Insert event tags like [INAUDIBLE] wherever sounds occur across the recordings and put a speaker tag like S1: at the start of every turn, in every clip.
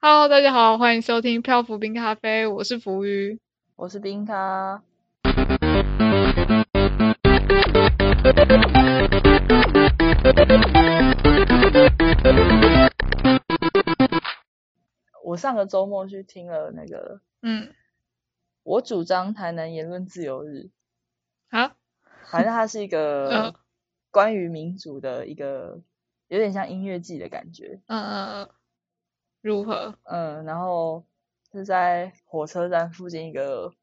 S1: Hello，大家好，欢迎收听漂浮冰咖啡，我是浮鱼。
S2: 我是冰咖。我上个周末去听了那个，
S1: 嗯，
S2: 我主张台南言论自由日，
S1: 啊，
S2: 反正它是一
S1: 嗯
S2: 个关于民主的一个，有点像音乐季的感觉。
S1: 嗯嗯嗯，如何？ [LAUGHS]
S2: 嗯，然后是在火车站附近一个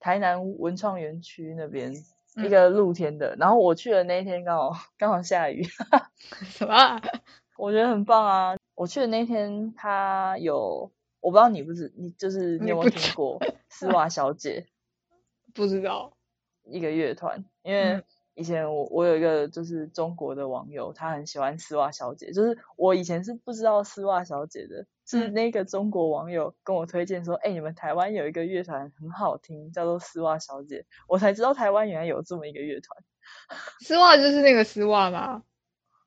S2: 台南文创园区那边
S1: 嗯
S2: 一个露天的，然后我去的那一天刚好刚好下雨， [LAUGHS]
S1: 什么啊？ [LAUGHS]
S2: 我觉得很棒啊！我去的那天，他有我不知道你不是你就是
S1: 你
S2: 你有
S1: 不
S2: 没有
S1: 知
S2: 听过丝袜小姐
S1: 不知道。
S2: 一个乐团，因为
S1: 嗯
S2: 以前我我有一个就是中国的网友，他很喜欢丝袜小姐，就是我以前是不知道丝袜小姐的，是
S1: 嗯
S2: 那个中国网友跟我推荐说，哎、你们台湾有一个乐团很好听，叫做丝袜小姐，我才知道台湾原来有这么一个乐团，
S1: 丝袜就是那个丝袜吗？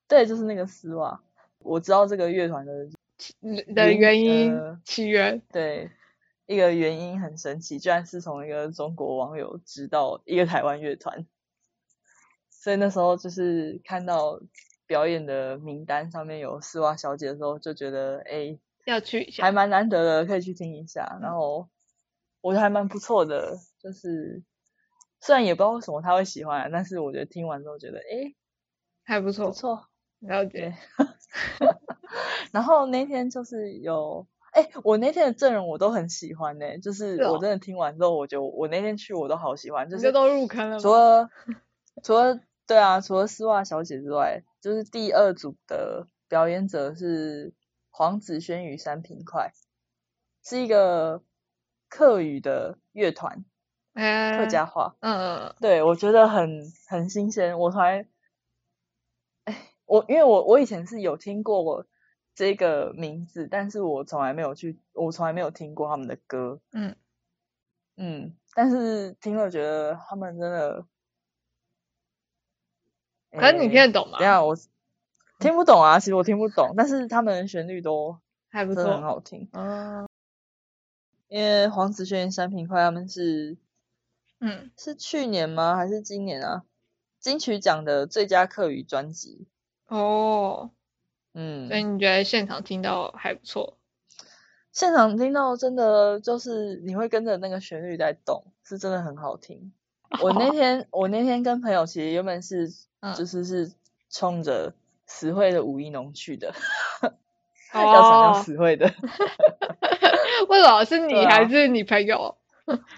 S2: 对，就是那个丝袜，我知道这个乐团的
S1: 嗯的
S2: 原
S1: 原因、
S2: 呃
S1: 起源？
S2: 对。一个原因很神奇，居然是从一个中国网友知道一个台湾乐团，所以那时候就是看到表演的名单上面有丝袜小姐的时候，就觉得哎、
S1: 要去一下
S2: 还。蛮难得的，可以去听一下。然后我觉得还蛮不错的，就是虽然也不知道为什么他会喜欢啊，但是我觉得听完之后觉得哎、
S1: 还不
S2: 不
S1: 错，
S2: 错，
S1: 了解。
S2: 然后那天就是有，哎、我那天的阵容我都很喜欢呢、就是
S1: 是哦
S2: 我真的听完之后，我觉得我那天去我都好喜欢，就
S1: 你
S2: 是
S1: 这都入坑了
S2: 除
S1: 吗？
S2: 了除了对啊，除了丝袜小姐之外，就是第二组的表演者是黄子轩与三平快，是一个客语的乐团，
S1: 哎，
S2: 客家话。
S1: 嗯，嗯，
S2: 对，我觉得很很新鲜。我才，哎，我因为我我以前是有听过我这个名字，但是我从来没有去，我从来没有听过他们的歌。
S1: 嗯
S2: 嗯，但是听了觉得他们真的，
S1: 嗯可是你
S2: 哎
S1: 听得嗯懂吗
S2: 等一？下我听不懂啊，其实我听不懂，但是他们的旋律都
S1: 还不
S2: 真的很
S1: 错。
S2: 好听。
S1: 哦，
S2: 因为黄子轩、山平快他们是
S1: 嗯，
S2: 是去年吗？还是今年啊？金曲奖的最佳客语专辑。
S1: 哦，所以
S2: 嗯，
S1: 你觉得现场听到还不错？ [LAUGHS]
S2: 现场听到真的就是你会跟着那个旋律在动，是真的很好听。我那天我那天跟朋友其实原本是
S1: 嗯
S2: 就是是冲着实惠的五一农去的， [LAUGHS] 要强调
S1: 哦，
S2: 实惠的， [LAUGHS]
S1: 为什么是你
S2: 对啊
S1: 还是你朋友？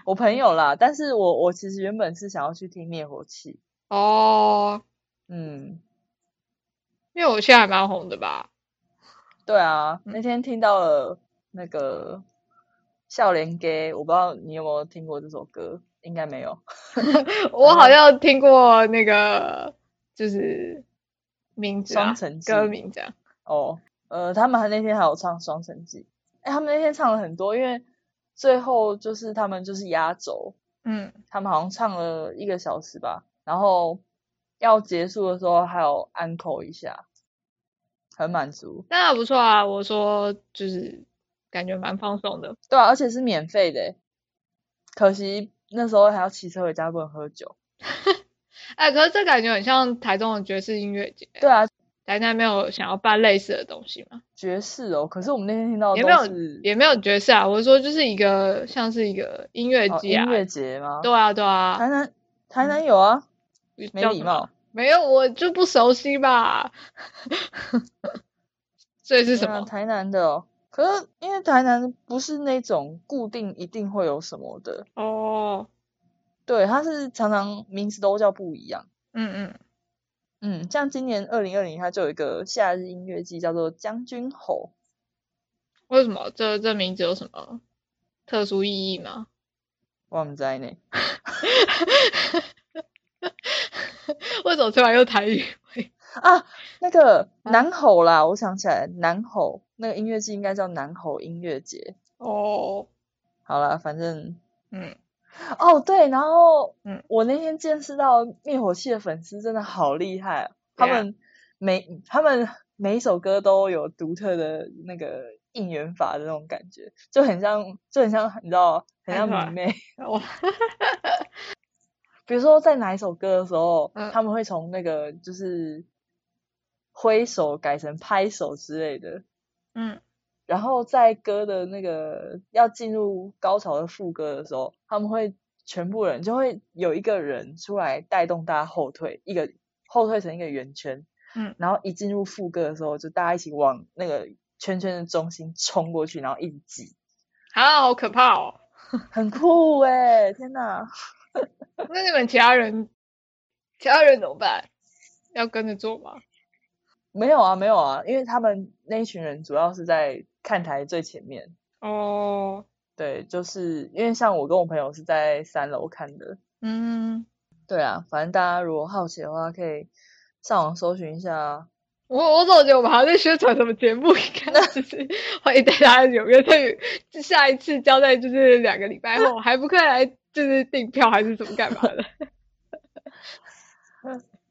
S2: 我朋友啦。但是我我其实原本是想要去听灭火器，
S1: 哦，
S2: 嗯，
S1: 因为我现在还蛮红的吧？
S2: 对啊，
S1: 嗯
S2: 那天听到了那个笑脸给，我不知道你有没有听过这首歌，应该没有。
S1: 我好像听过那个，就是名字啊
S2: 双城，记
S1: 歌名这样。
S2: 哦，呃，他们那天还有唱《双城记》，哎，他们那天唱了很多，因为最后就是他们就是压轴，
S1: 嗯，
S2: 他们好像唱了一个小时吧，然后要结束的时候还有安口一下，很满足。
S1: 那还不错啊。我说就是感觉蛮放松的。
S2: 对啊，而且是免费的，欸可惜那时候还要骑车回家，不能喝酒。
S1: 哎，可是这感觉很像台中的爵士音乐节。
S2: 对啊，
S1: 台南没有想要办类似的东西吗？
S2: 爵士哦，可是我们那天听到的
S1: 也
S2: 都
S1: 没有，
S2: 是
S1: 也没有爵士啊。我说就是一个像是一个音乐
S2: 哦
S1: 季啊
S2: 音。乐节吗？
S1: 对啊，对
S2: 台
S1: 啊，
S2: 南台南有啊，没
S1: 叫
S2: 礼
S1: 什么
S2: 貌。
S1: 没有，我就不熟悉吧。 [LAUGHS] 所以是什
S2: 对啊
S1: 么？
S2: 台南的哦，可是因为台南不是那种固定一定会有什么的，
S1: 哦，
S2: 对，它是常常名字都叫不一样。
S1: 嗯嗯。
S2: 嗯，像今年二零二零，它就有一个夏日音乐季，叫做将军吼。
S1: 为什么这这名字有什么特殊意义吗？ [LAUGHS]
S2: 我们在内，
S1: 为什么突然又台语？
S2: 那个
S1: 啊
S2: 南吼啦，我想起来，南吼那个音乐季应该叫南吼音乐节。
S1: 哦，
S2: 好啦，反正
S1: 嗯，
S2: 哦对，然后
S1: 嗯
S2: 我那天见识到灭火器的粉丝真的好厉害、啊，他
S1: 对啊
S2: 们每他们每一首歌都有独特的那个应援法的那种感觉，就很像，就很像，你知道，很像
S1: 看出来
S2: 迷妹。 [LAUGHS]
S1: 哇，
S2: 比如说在哪一首歌的时候，
S1: 嗯
S2: 他们会从那个就是挥手改成拍手之类的，
S1: 嗯
S2: 然后在歌的那个要进入高潮的副歌的时候，他们会全部人就会有一个人出来带动大家后退，一个后退成一个圆圈，
S1: 嗯，
S2: 然后一进入副歌的时候，就大家一起往那个圈圈的中心冲过去，然后一直挤，
S1: 啊，好可怕哦！
S2: 很酷哎、天哪！
S1: [LAUGHS] 那你们其他人，其他人怎么办？要跟着做吗？
S2: 没有啊，没有啊，因为他们那一群人主要是在看台最前面，
S1: 哦，
S2: 对，就是因为像我跟我朋友是在三楼看的，
S1: 嗯，
S2: 对啊，反正大家如果好奇的话，可以上网搜寻一下。
S1: 我我总觉得我们好像在宣传什么节目一样，就是欢迎大家踊跃参与。下一次交代就是两个礼拜 [LAUGHS] 后，还不快来就是订票还是怎么干嘛的？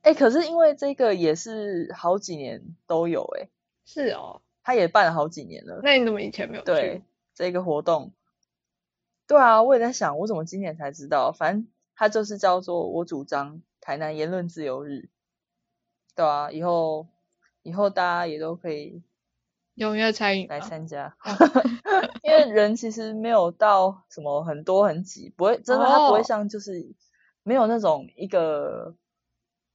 S2: 哎，可是因为这个也是好几年都有哎，
S1: [LAUGHS] 是哦，
S2: 他也办了好几年了。
S1: 那你怎么以前没有去？
S2: 对，这个活动，对啊，我也在想，我怎么今年才知道？反正它就是叫做“我主张台南言论自由日”。对啊，以后以后大家也都可以
S1: 踊跃参与
S2: 来
S1: 吗
S2: 参加，
S1: 嗯
S2: [LAUGHS] 因为人其实没有到什么很多很挤，不会真的，它不
S1: 哦
S2: 会像就是没有那种一个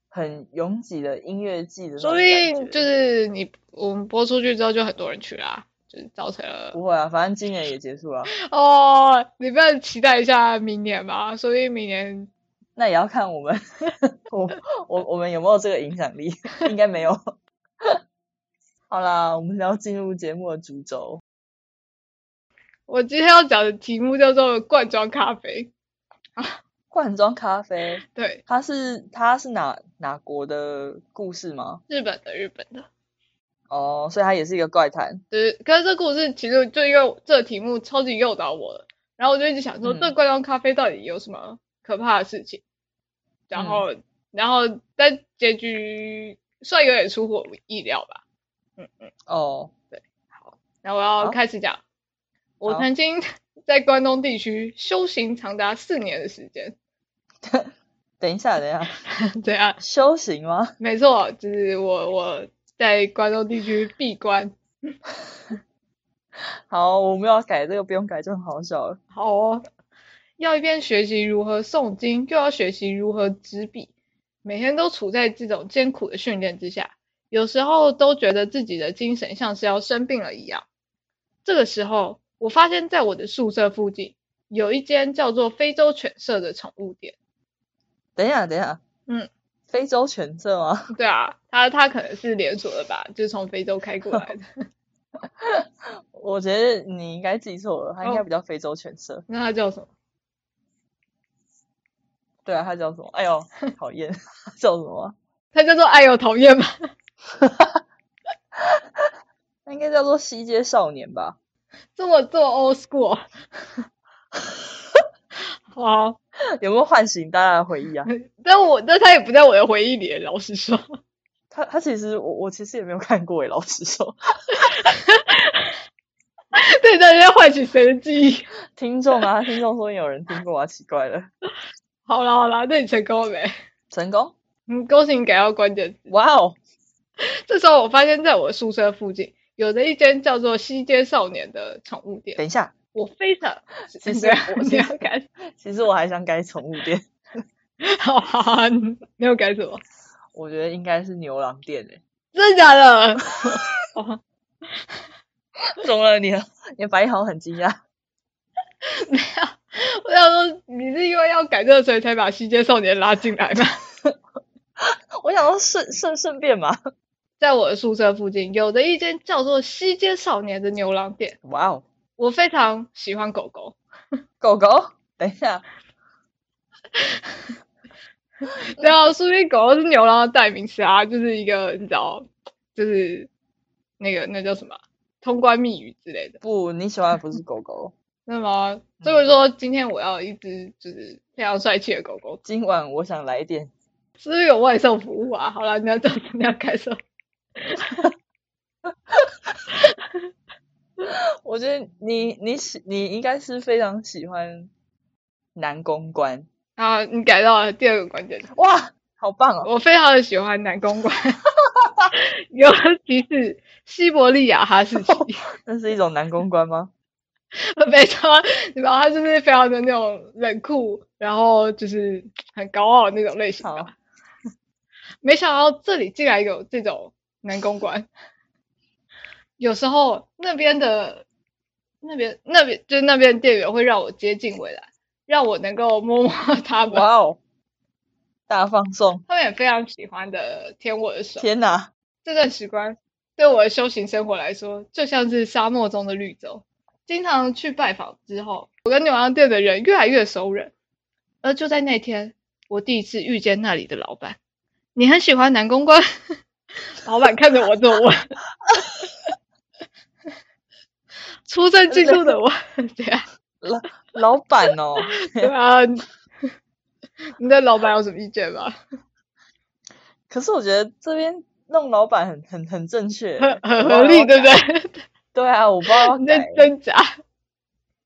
S2: 很拥挤的音乐季的那种
S1: 说不
S2: 感觉，
S1: 定就是你我们播出去之后就很多人去啦，就是造成了
S2: 不会啊，反正今年也结束了，
S1: 哦，你不要期待一下明年吧，说不定明年
S2: 那也要看我们我我我们有没有这个影响力，应该没有。 [LAUGHS] 好啦，我们要进入节目的主轴。
S1: 我今天要讲的题目叫做罐装咖啡。
S2: 罐装咖啡，
S1: 对，
S2: 它是它是哪哪国的故事吗？
S1: 日本的日本的，
S2: 哦，所以它也是一个怪谈。
S1: 就是可是这故事其实就因为这个题目超级诱导我了，然后我就一直想说，
S2: 嗯
S1: 这罐装咖啡到底有什么可怕的事情？然后，然后但结局算有点出乎我意料吧。
S2: 哦，
S1: 然后我要
S2: 好
S1: 开始讲，我
S2: 好
S1: 曾经 [LAUGHS] 在关东地区修行长达四年的时间， [LAUGHS]
S2: 等一下，等一下，
S1: 怎样？
S2: 修行吗？ [LAUGHS]
S1: 没错，就是我我在关东地区闭关。
S2: 好，我们要改这个，不用改就很好笑了。
S1: 好哦，要一边学习如何诵经，又要学习如何执笔，每天都处在这种艰苦的训练之下，有时候都觉得自己的精神像是要生病了一样。这个时候，我发现在我的宿舍附近有一间叫做非洲犬舍的宠物店。
S2: 等一下，等一下，
S1: 嗯，
S2: 非洲犬舍吗？ [LAUGHS]
S1: [LAUGHS] 对啊，它它可能是连锁的吧，就是从非洲开过来的。
S2: 我觉得你应该记错了，它应该
S1: 哦
S2: 不叫非洲犬舍。
S1: 那它叫什么？
S2: 对啊，它叫什么？哎
S1: [LAUGHS]
S2: 呦，讨厌，叫什么啊？
S1: 它叫做哎呦讨厌吧。
S2: 那应该叫做西街少年吧？
S1: [LAUGHS] 这么做 old school。好，
S2: 有没有唤醒大家的回忆啊？
S1: 但我但他也不在我的回忆里，老实说， [LAUGHS]
S2: 他他其实我我其实也没有看过诶，老实说， [LAUGHS]
S1: 对，大家唤起谁的记忆？
S2: 听众
S1: [LAUGHS]
S2: 啊，听众说有人听过啊，奇怪了，
S1: 好啦好啦，那你成功了没？
S2: 成功，
S1: 嗯，恭喜你改到关键字。
S2: 哇哦，
S1: 这时候我发现，在我宿舍附近有着一间叫做西街少年的宠物店，
S2: 等一下，
S1: 我非常 [LAUGHS]
S2: 其实
S1: 对啊
S2: 我
S1: 你
S2: 其
S1: 要
S2: 实
S1: 改，
S2: 其实我还想改宠物店，
S1: [LAUGHS] 好好好，你你要改什么？
S2: 我觉得应该是牛郎店诶、
S1: 真的假的？哦，
S2: 怎么了你
S1: 啊
S2: 的你的反应好像很惊讶， [LAUGHS]
S1: [LAUGHS] 我想说，你是因为要改这个，所以才把西街少年拉进来吗？ [LAUGHS]
S2: 我想说顺顺顺便嘛，
S1: 在我的宿舍附近有的一间叫做西街少年的牛郎店。
S2: 哇哦，
S1: 我非常喜欢狗狗，
S2: 狗狗，等一下，
S1: 然后说不定狗狗是牛郎的代名词啊，就是一个你知道，就是那个那叫什么啊通关密语之类的，
S2: 不，你喜欢的不是狗狗，
S1: 那么所以我说今天我要一只就是非常帅气的狗狗，
S2: 今晚我想来一点，
S1: 是不是有外送服务啊？好 [LAUGHS] 了，你要这样，你要开售。
S2: 我觉得你你喜你应该是非常喜欢男公关，
S1: 啊，你改到了第二个关键字，
S2: 哇，好棒哦！
S1: 我非常的喜欢男公关， [LAUGHS] 尤其是西伯利亚哈士
S2: [LAUGHS]
S1: 奇，
S2: 那是一种男公关
S1: [LAUGHS]
S2: 吗？
S1: 非常，你知道他是不是非常的那种冷酷，然后就是很高傲的那种类型
S2: 好
S1: 吧？，没想到这里竟然有这种男公关。有时候那边的那边那边就是那边的店员会让我接近回来，让我能够摸摸 [LAUGHS] 他们，
S2: 哇哦，大放送！
S1: 他们也非常喜欢的舔我的手。
S2: 天哪，
S1: 这段时光对我的修行生活来说，就像是沙漠中的绿洲。经常去拜访之后，我跟牛羊店的人越来越熟人。而就在那天，我第一次遇见那里的老板。你很喜欢男公关？ [LAUGHS] 老板看着我这么问， [LAUGHS] 出生进入的我，对啊，
S2: 老老板哦，
S1: 对啊， [LAUGHS] 你对老板有什么意见吗？
S2: 可是我觉得这边弄老板很很很
S1: [LAUGHS]
S2: 正确，
S1: 很很
S2: 我不知道
S1: 合理，
S2: 要
S1: 对不
S2: 改？
S1: 对？
S2: 对啊，我不知道要
S1: 你在
S2: 改，
S1: 挣扎，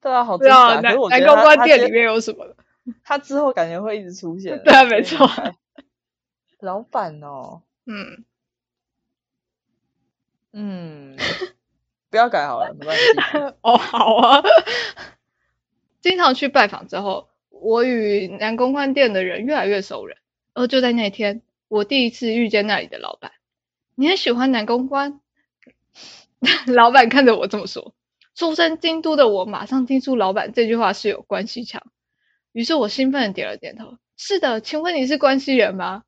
S2: 对啊，好
S1: 对
S2: 挣
S1: 啊，
S2: 扎。可
S1: 男
S2: 是我觉
S1: 男
S2: 得
S1: 公
S2: 他
S1: 关
S2: 他
S1: 店
S2: 之
S1: 里面有什么？
S2: 他之后感觉会一直出
S1: [LAUGHS]
S2: 现。
S1: 对啊没错。
S2: [LAUGHS] 老板哦，
S1: 嗯， [LAUGHS]
S2: 嗯，不要改好了，没关系。
S1: 哦，好啊。 [LAUGHS] 经常去拜访之后，我与南公关店的人越来越熟人。而就在那天，我第一次遇见那里的老板。你很喜欢南公关？ [LAUGHS] 老板看着我这么说，出身京都的我马上听出老板这句话是有关系腔，于是我兴奋的点了点头。是的，请问你是关西人吗？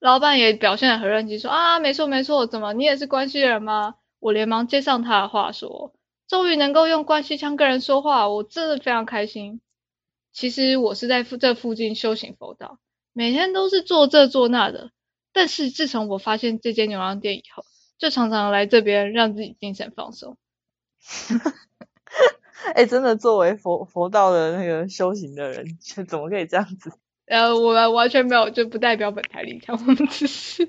S1: 老板也表现得很认真，说啊，没错没错，怎么你也是关西人吗？我连忙接上他的话说，终于能够用关西腔跟人说话，我真的非常开心。其实我是在附这附近修行佛道，每天都是做这做那的。但是自从我发现这间牛郎店以后，就常常来这边让自己精神放松。
S2: 哎、真的，作为佛佛道的那个修行的人，就怎么可以这样子？
S1: 呃，我们完全没有，就不代表本台立场，我们只是，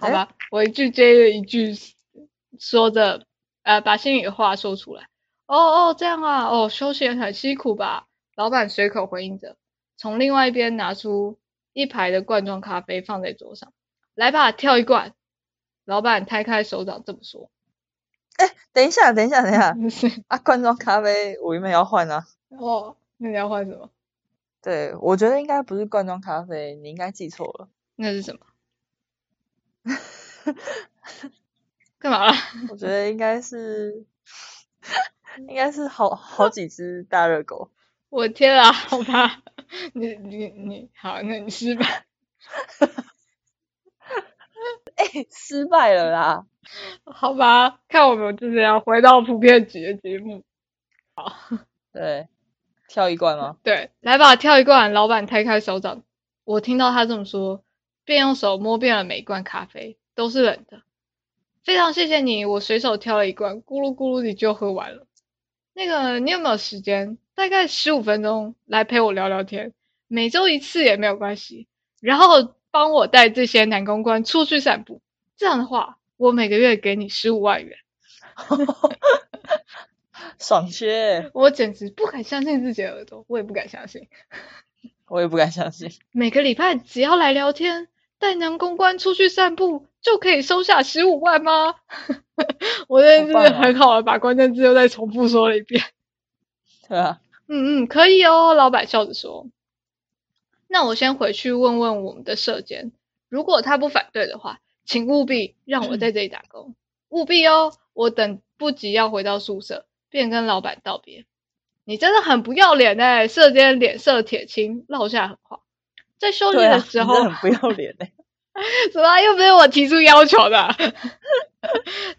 S1: 好
S2: 哎
S1: 吧，我一句接着一句说着，呃，把心里的话说出来。哦哦，这样啊，哦，休息很辛苦吧？老板随口回应着，从另外一边拿出一排的罐装咖啡放在桌上，来吧，跳一罐。老板摊开手掌这么说， [LAUGHS]
S2: 等一下，等一下，等一下
S1: 是
S2: 啊！罐装咖啡我原本要换啊。
S1: 哦，那你要换什么？
S2: 对，我觉得应该不是罐装咖啡，你应该记错了。
S1: 那是什么？干嘛啦？
S2: 我觉得应该是， [LAUGHS] 应该是好好几只大热狗。 [LAUGHS]
S1: 我天啊，好吧，你你你好，那你失败。
S2: 失败了啦！
S1: 好吧，看我们就是要回到普遍级的节目。
S2: 对，跳一罐吗？
S1: 对，来吧，跳一罐。老板摊开手掌，我听到他这么说，便用手摸遍了每一罐咖啡，都是冷的。非常谢谢你，我随手挑了一罐，咕噜咕噜地就喝完了。那个，你有没有时间？大概十五分钟来陪我聊聊天，每周一次也没有关系。然后帮我带这些男公关出去散步，这样的话，我每个月给你十五万元。
S2: 爽切，
S1: 我简直不敢相信自己的耳朵，我也不敢相信。
S2: 我也不敢相信。
S1: 每个礼拜只要来聊天，带男公关出去散步，就可以收下十五万吗？ [LAUGHS] 我真的
S2: 好
S1: 是
S2: 棒哦
S1: 很好的把关键字又再重复说了一遍。 [LAUGHS]
S2: 对啊，
S1: 嗯嗯，可以哦。老板笑着说：“那我先回去问问我们的社监，如果他不反对的话，请务必让我在这里打工，务必哦。我等不及要回到宿舍，便跟老板道别。你真的很不要脸哎、社监脸色铁青，落下狠话。在休息
S2: 对啊，
S1: 的
S2: 你
S1: 时
S2: 真
S1: 候，
S2: 的很不要脸
S1: [LAUGHS]
S2: 哎、
S1: 什么？又不是我提出要求的 [LAUGHS] 啊、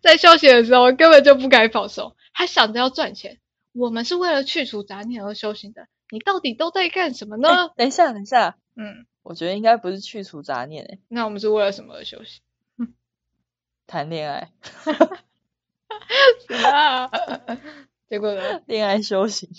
S1: 在休息的时候根本就不该放松，还想着要赚钱。我们是为了去除杂念而修行的，你到底都在干什么呢？
S2: 哎等一下，等一下，
S1: 嗯，
S2: 我觉得应该不是去除杂念哎、
S1: 那我们是为了什么而休息？
S2: 谈恋爱，
S1: 啊、 [LAUGHS] 结果呢？
S2: 恋爱修行，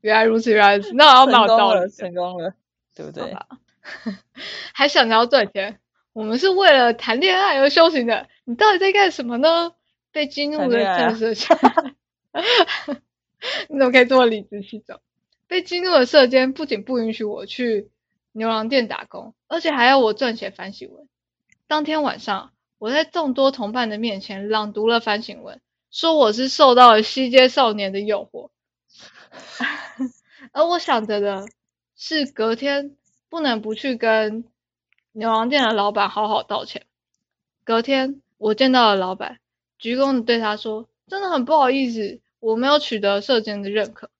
S1: 原来如此，原来如此，那好像
S2: 成
S1: 蛮有
S2: 功
S1: 道
S2: 了，
S1: 理的。
S2: 成功了，对不对？
S1: 吧 [LAUGHS] 还想着要赚钱，我们是为了谈恋爱而修行的，你到底在干什么呢？被激怒
S2: 谈
S1: 的 [LAUGHS]
S2: 恋爱啊
S1: 战士，怎么可以这么理直气壮？被激怒的射箭不仅不允许我去牛郎店打工，而且还要我撰写反省文。当天晚上，我在众多同伴的面前朗读了反省文，说我是受到了西街少年的诱惑， [LAUGHS] 而我想着的是隔天不能不去跟牛郎店的老板好好道歉。隔天，我见到了老板，鞠躬的对他说：“真的很不好意思，我没有取得射箭的认可。”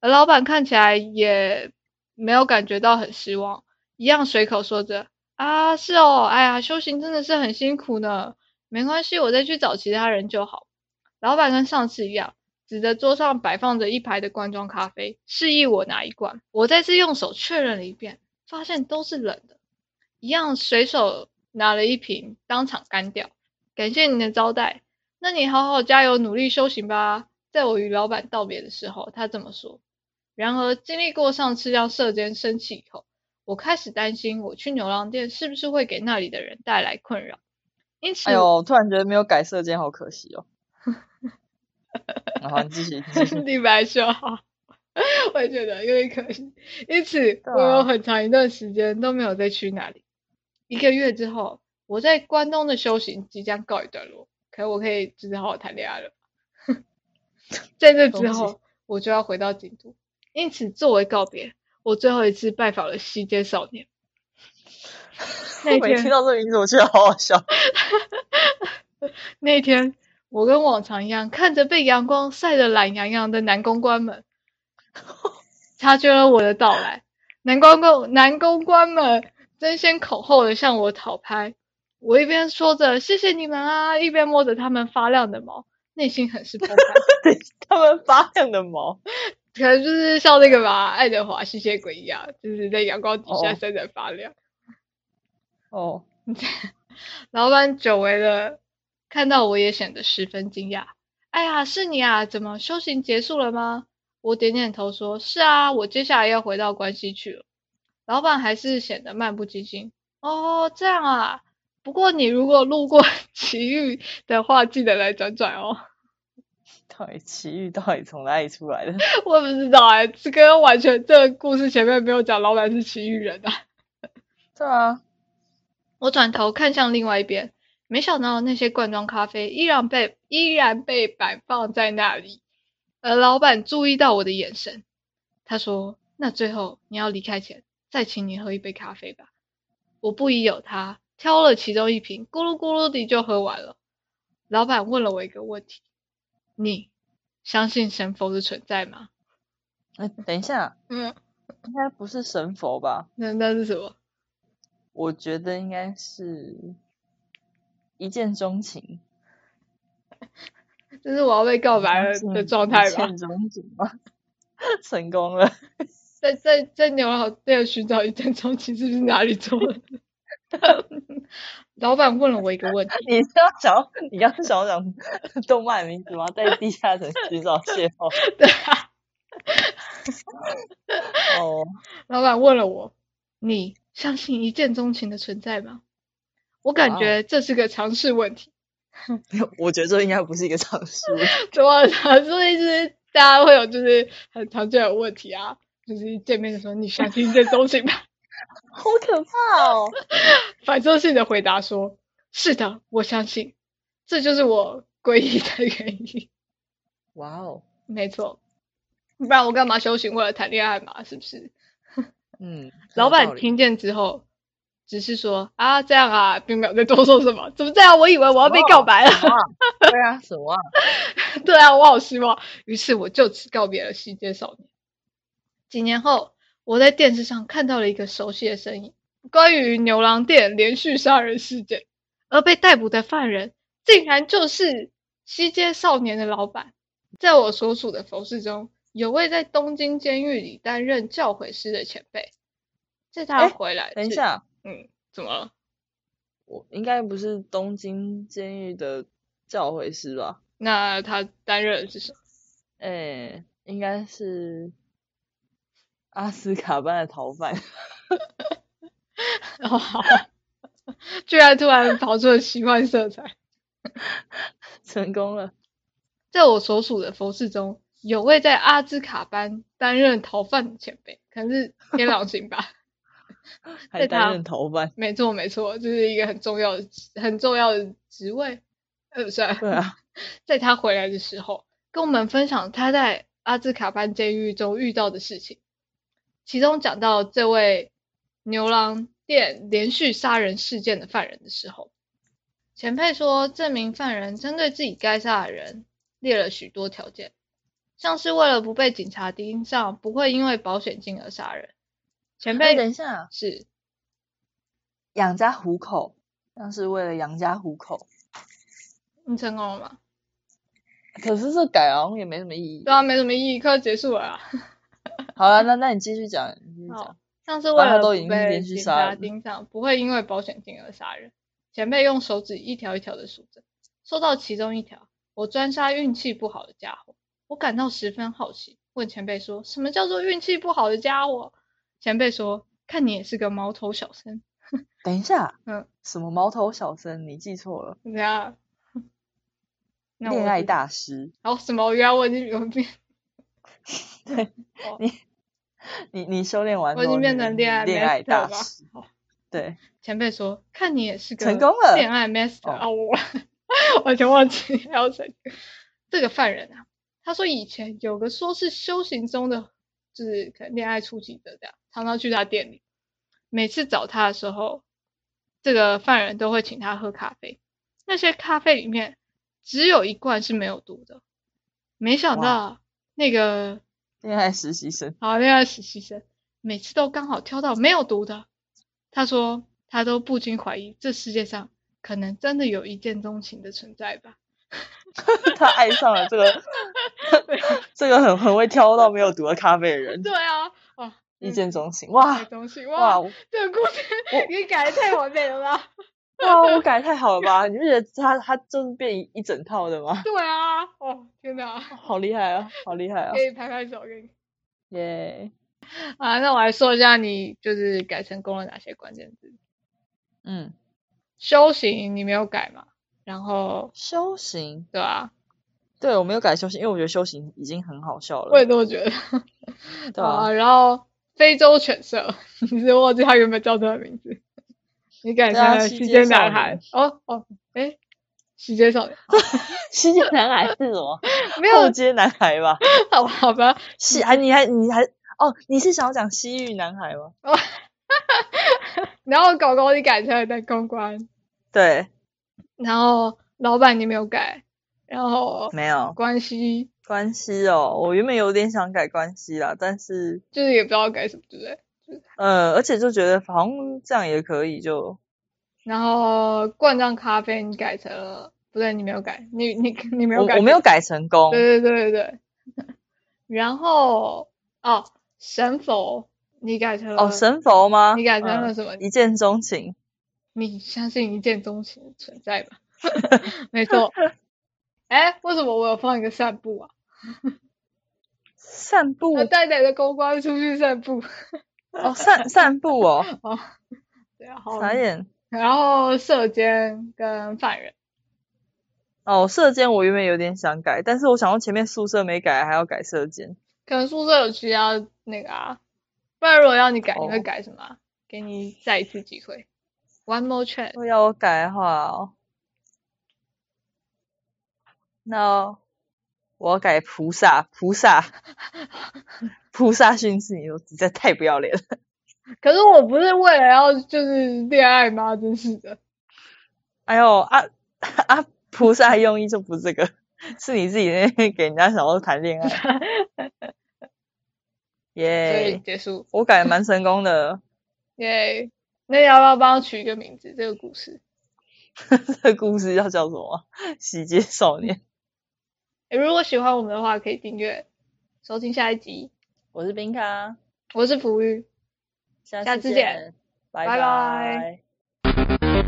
S1: 而老板看起来也没有感觉到很失望，一样随口说着：“啊，是哦，哎呀，修行真的是很辛苦呢，没关系，我再去找其他人就好。”老板跟上次一样，指着桌上摆放着一排的罐装咖啡，示意我拿一罐。我再次用手确认了一遍，发现都是冷的，一样随手拿了一瓶，当场干掉。感谢您的招待，那你好好加油，努力修行吧。在我与老板道别的时候，他这么说。然而，经历过上次让射箭生气以后，我开始担心我去牛郎店是不是会给那里的人带来困扰。因此，
S2: 哎呦，我突然觉得没有改射箭好可
S1: [LAUGHS]
S2: 惜哦。然后你继续，你继续
S1: 李白说好，我也觉得有点可惜。因此，
S2: 啊
S1: 我有很长一段时间都没有再去那里。一个月之后，我在关东的修行即将告一段落，可我可以就是好好谈恋爱了。 [LAUGHS] 在这之
S2: 恭喜
S1: 后，我就要回到京都，因此作为告别，我最后一次拜访了西街少年。 [LAUGHS] 那
S2: 我每
S1: 天
S2: 听到这名字，我觉得好好笑。
S1: 那天，我跟往常一样，看着被阳光晒得懒洋洋的男公关们， [LAUGHS] 察觉了我的到来。男公关男公关们争先恐后的向我讨拍。我一边说着“谢谢你们啊”，一边摸着他们发亮的毛，内心很是澎湃。 [LAUGHS]
S2: 他们发亮的毛，
S1: 可能就是像那个吧，爱德华吸血鬼一样，就是在阳光底下
S2: 哦
S1: 闪闪发亮。
S2: 哦，
S1: 老板久违的看到我也显得十分惊讶。哎呀，是你啊？怎么修行结束了吗？我点点头说：“是啊，我接下来要回到关西去了。”老板还是显得漫不经心。哦，这样啊。不过你如果路过 [LAUGHS] 奇遇的话，记得来转转哦。 [LAUGHS]
S2: 到底奇遇到底从哪里出来的？ [LAUGHS]
S1: 我也不知道哎、这个完全这个故事前面没有讲老板是奇遇人啊。
S2: 对啊，
S1: 我转头看向另外一边，没想到那些罐装咖啡依然被依然被摆放在那里，而老板注意到我的眼神，他说：“那最后你要离开前，再请你喝一杯咖啡吧。”我不疑有他，挑了其中一瓶，咕噜咕噜地就喝完了。老板问了我一个问题：“你相信神佛的存在吗
S2: 哎，等一下，？”
S1: 嗯，
S2: 应该不是神佛吧？
S1: 那那是什么？
S2: 我觉得应该是一见钟情，
S1: 这是我要被告白了
S2: 相信
S1: 的状态
S2: 一
S1: 吧？
S2: 见钟情吗？ [LAUGHS] 成功了，
S1: 在在在牛郎店寻找一见钟情是不是哪里错了？ [LAUGHS] 老板问了我一个问题，
S2: 你是要想要你刚刚想要讲动漫名字吗？在地下城寻找邂逅。
S1: [LAUGHS] 对啊，
S2: 哦，
S1: 老板问了我，你相信一见钟情的存在吗？我感
S2: 哇哦
S1: 觉这是个常识问题， [LAUGHS]
S2: 我觉得这应该不是一个常识问题。
S1: 怎 [LAUGHS] 么常识就是大家会有就是很常见的问题啊，就是一见面就说你相信一见钟情吗？ [LAUGHS]
S2: 好可怕哦！
S1: 反射性的回答说，是的，我相信，这就是我皈依的原因。 [LAUGHS]
S2: 哇哦，
S1: 没错，不然我干嘛修行为了谈恋爱嘛？是不是？
S2: 嗯，很有
S1: 老
S2: 道
S1: 板
S2: 理，
S1: 听见之后，只是说啊这样啊，并没有再多说什么。怎么这样？我以为我要被
S2: 什么
S1: 告白了。
S2: 什么啊对啊，什么啊？
S1: [LAUGHS] 对啊，我好失望。于是我就此告别了西街少年。几年后，我在电视上看到了一个熟悉的身影，关于牛郎店连续杀人事件，而被逮捕的犯人竟然就是西街少年的老板。在我所属的佛寺中，有位在东京监狱里担任教诲师的前辈，在他
S2: 哎
S1: 回来、
S2: 等一，下，
S1: 嗯，怎么了？
S2: 我应该不是东京监狱的教诲师吧？
S1: 那他担任的是什么？
S2: 哎、应该是阿斯卡班的逃犯。
S1: [LAUGHS] 哦，好啊居然突然跑出了奇幻色彩。
S2: 成功了，
S1: 在我所属的佛寺中，有位在阿兹卡班担任逃犯的前辈，可能是天狼星吧。 [LAUGHS]
S2: 还
S1: 对他
S2: 担任逃
S1: [LAUGHS]
S2: 犯，
S1: 没错，没错，就是一个很重要的职、很重要的职位。呃，不是、
S2: 对啊，
S1: 在他回来的时候，跟我们分享他在阿兹卡班监狱中遇到的事情，其中讲到这位牛郎店连续杀人事件的犯人的时候，前辈说，这名犯人针对自己该杀的人列了许多条件，像是为了不被警察盯上，不会因为保险金而杀人。前
S2: 哎，
S1: 辈
S2: 等一下，
S1: 是
S2: 养家糊口，那是为了养家糊口。
S1: 你成功了吗？
S2: 可是这改好像也没什么意义
S1: 对。啊，没什么意义，课结束了啊。
S2: 好了，那那你继续讲，你继续
S1: 好
S2: 讲。
S1: 像是为
S2: 反正
S1: 了
S2: 他都
S1: 不
S2: 已经
S1: 被
S2: 连续
S1: 警
S2: 杀
S1: 察
S2: 人
S1: 盯上，不会因为保险金而杀人。前辈用手指一条一条的数着，收到其中一条，我专杀运气不好的家伙。我感到十分好奇，问前辈说：“什么叫做运气不好的家伙？”前辈说：“看你也是个毛头小生，
S2: 等一下，
S1: 嗯，
S2: 什么毛头小生？你记错了，
S1: 怎么样？” [LAUGHS] 那我
S2: 恋爱
S1: 就
S2: 大师。
S1: 哦什么？原来我已经我变
S2: 你你修炼完
S1: 我已
S2: 之
S1: 经
S2: 后
S1: 变
S2: 你
S1: 成
S2: 你
S1: 恋爱
S2: 恋爱
S1: master
S2: 大
S1: 吧
S2: 师。对，
S1: 前辈说：“看你也是个
S2: 成功了
S1: 恋爱 master
S2: 哦
S1: 啊、我 [LAUGHS] 完全忘记要谁。这个犯人啊，他说以前有个说是修行中的，就是可能恋爱初级的这样，常常去他店里。每次找他的时候，这个犯人都会请他喝咖啡。那些咖啡里面只有一罐是没有毒的。没想
S2: 哇
S1: 到啊那个
S2: 恋爱实习生。 [LAUGHS]
S1: 好，恋爱实习生每次都刚好挑到没有毒的。他说他都不禁怀疑，这世界上可能真的有一见钟情的存在吧？
S2: 他爱上了这
S1: [LAUGHS]
S2: 个这个很很会挑到没有毒的咖啡的人，
S1: 对啊，哇，
S2: 一
S1: 嗯
S2: 见钟情，
S1: 一见
S2: 哇
S1: 钟情，
S2: 哇
S1: 哇，
S2: 我
S1: 这个故事
S2: 我
S1: 你改的太完美了 [LAUGHS] 吧？
S2: 哇，我改得太好了吧？你不觉得他他就是变一一整套的吗？ [LAUGHS]
S1: 对啊，哦，天哪，
S2: 好厉害啊，好厉害啊
S1: 给，你拍拍手，给你
S2: 耶、
S1: 啊，那我来说一下，你就是改成功了哪些关键字？
S2: 嗯，
S1: 修行你没有改嘛？然后
S2: 修行，
S1: 对啊，
S2: 对我没有改修行，因为我觉得修行已经很好笑
S1: 我也
S2: 了，
S1: 这么觉得。
S2: 对啊，
S1: 然后非洲犬舍， [LAUGHS] 你是忘记它原本叫这个名字？ [LAUGHS] 你改
S2: 对啊
S1: 成了
S2: 西
S1: 西
S2: 街
S1: 街
S2: 少
S1: 男
S2: 年
S1: 孩。哦哦，哎，西街
S2: [LAUGHS]
S1: 少年，
S2: 世界男孩是什么？
S1: 没
S2: 后
S1: 有，嗯
S2: 街男孩吧？
S1: 好吧，好吧，
S2: 西还你还你还哦，你是想要讲西域男孩吗？
S1: 然后狗狗你改成了在公关，
S2: 对，
S1: 然后老板你没有改，然后
S2: 没有
S1: 关系
S2: 关系哦，我原本有点想改关系啦，但是
S1: 就是也不知道改什么，对不对？
S2: 呃，而且就觉得好像这样也可以，就
S1: 然后罐装咖啡你改成了，不对，你没有改，你你你没有
S2: 我
S1: 改，
S2: 我没有改成功，
S1: 对对对对对。 [LAUGHS] 然后哦，神佛你改成了
S2: 哦，神佛吗？
S1: 你改成
S2: 嗯
S1: 了什么？
S2: 一见钟情，
S1: 你相信一见钟情的存在
S2: [LAUGHS]
S1: 吗？没错。哎，为什么我有放一个散步啊？
S2: 散步
S1: 我带带着公关出去散步。
S2: 哦，散散步哦，
S1: 哦，对啊，好。
S2: 傻眼
S1: 然后射箭跟犯人，
S2: 哦，射箭我原本有点想改，但是我想到前面宿舍没改，还要改射箭，
S1: 可能宿舍有其他那个啊，不然如果要你改，你会
S2: 哦
S1: 改什么啊？给你再一次机会，one more chance。
S2: 如果要我改的话哦，那我要改菩萨，菩萨，菩萨训斥你，我实在太不要脸了。
S1: 可是我不是为了要就是恋爱吗？真是的。
S2: 哎呦啊啊！菩萨用意就不是这个，是你自己在那边给人家想要谈恋爱。
S1: 所以
S2: 耶、
S1: 结束，
S2: 我感觉蛮成功的。 [LAUGHS]
S1: 耶、那要不要帮他取一个名字？这个故事。
S2: 这个故事要叫什么？洗劫少年。
S1: 欸如果喜欢我们的话，可以订阅收听下一集。
S2: 我是冰咖，
S1: 我是浮玉。
S2: 下
S1: 下次
S2: 次
S1: 见
S2: 见，拜
S1: 拜拜
S2: 拜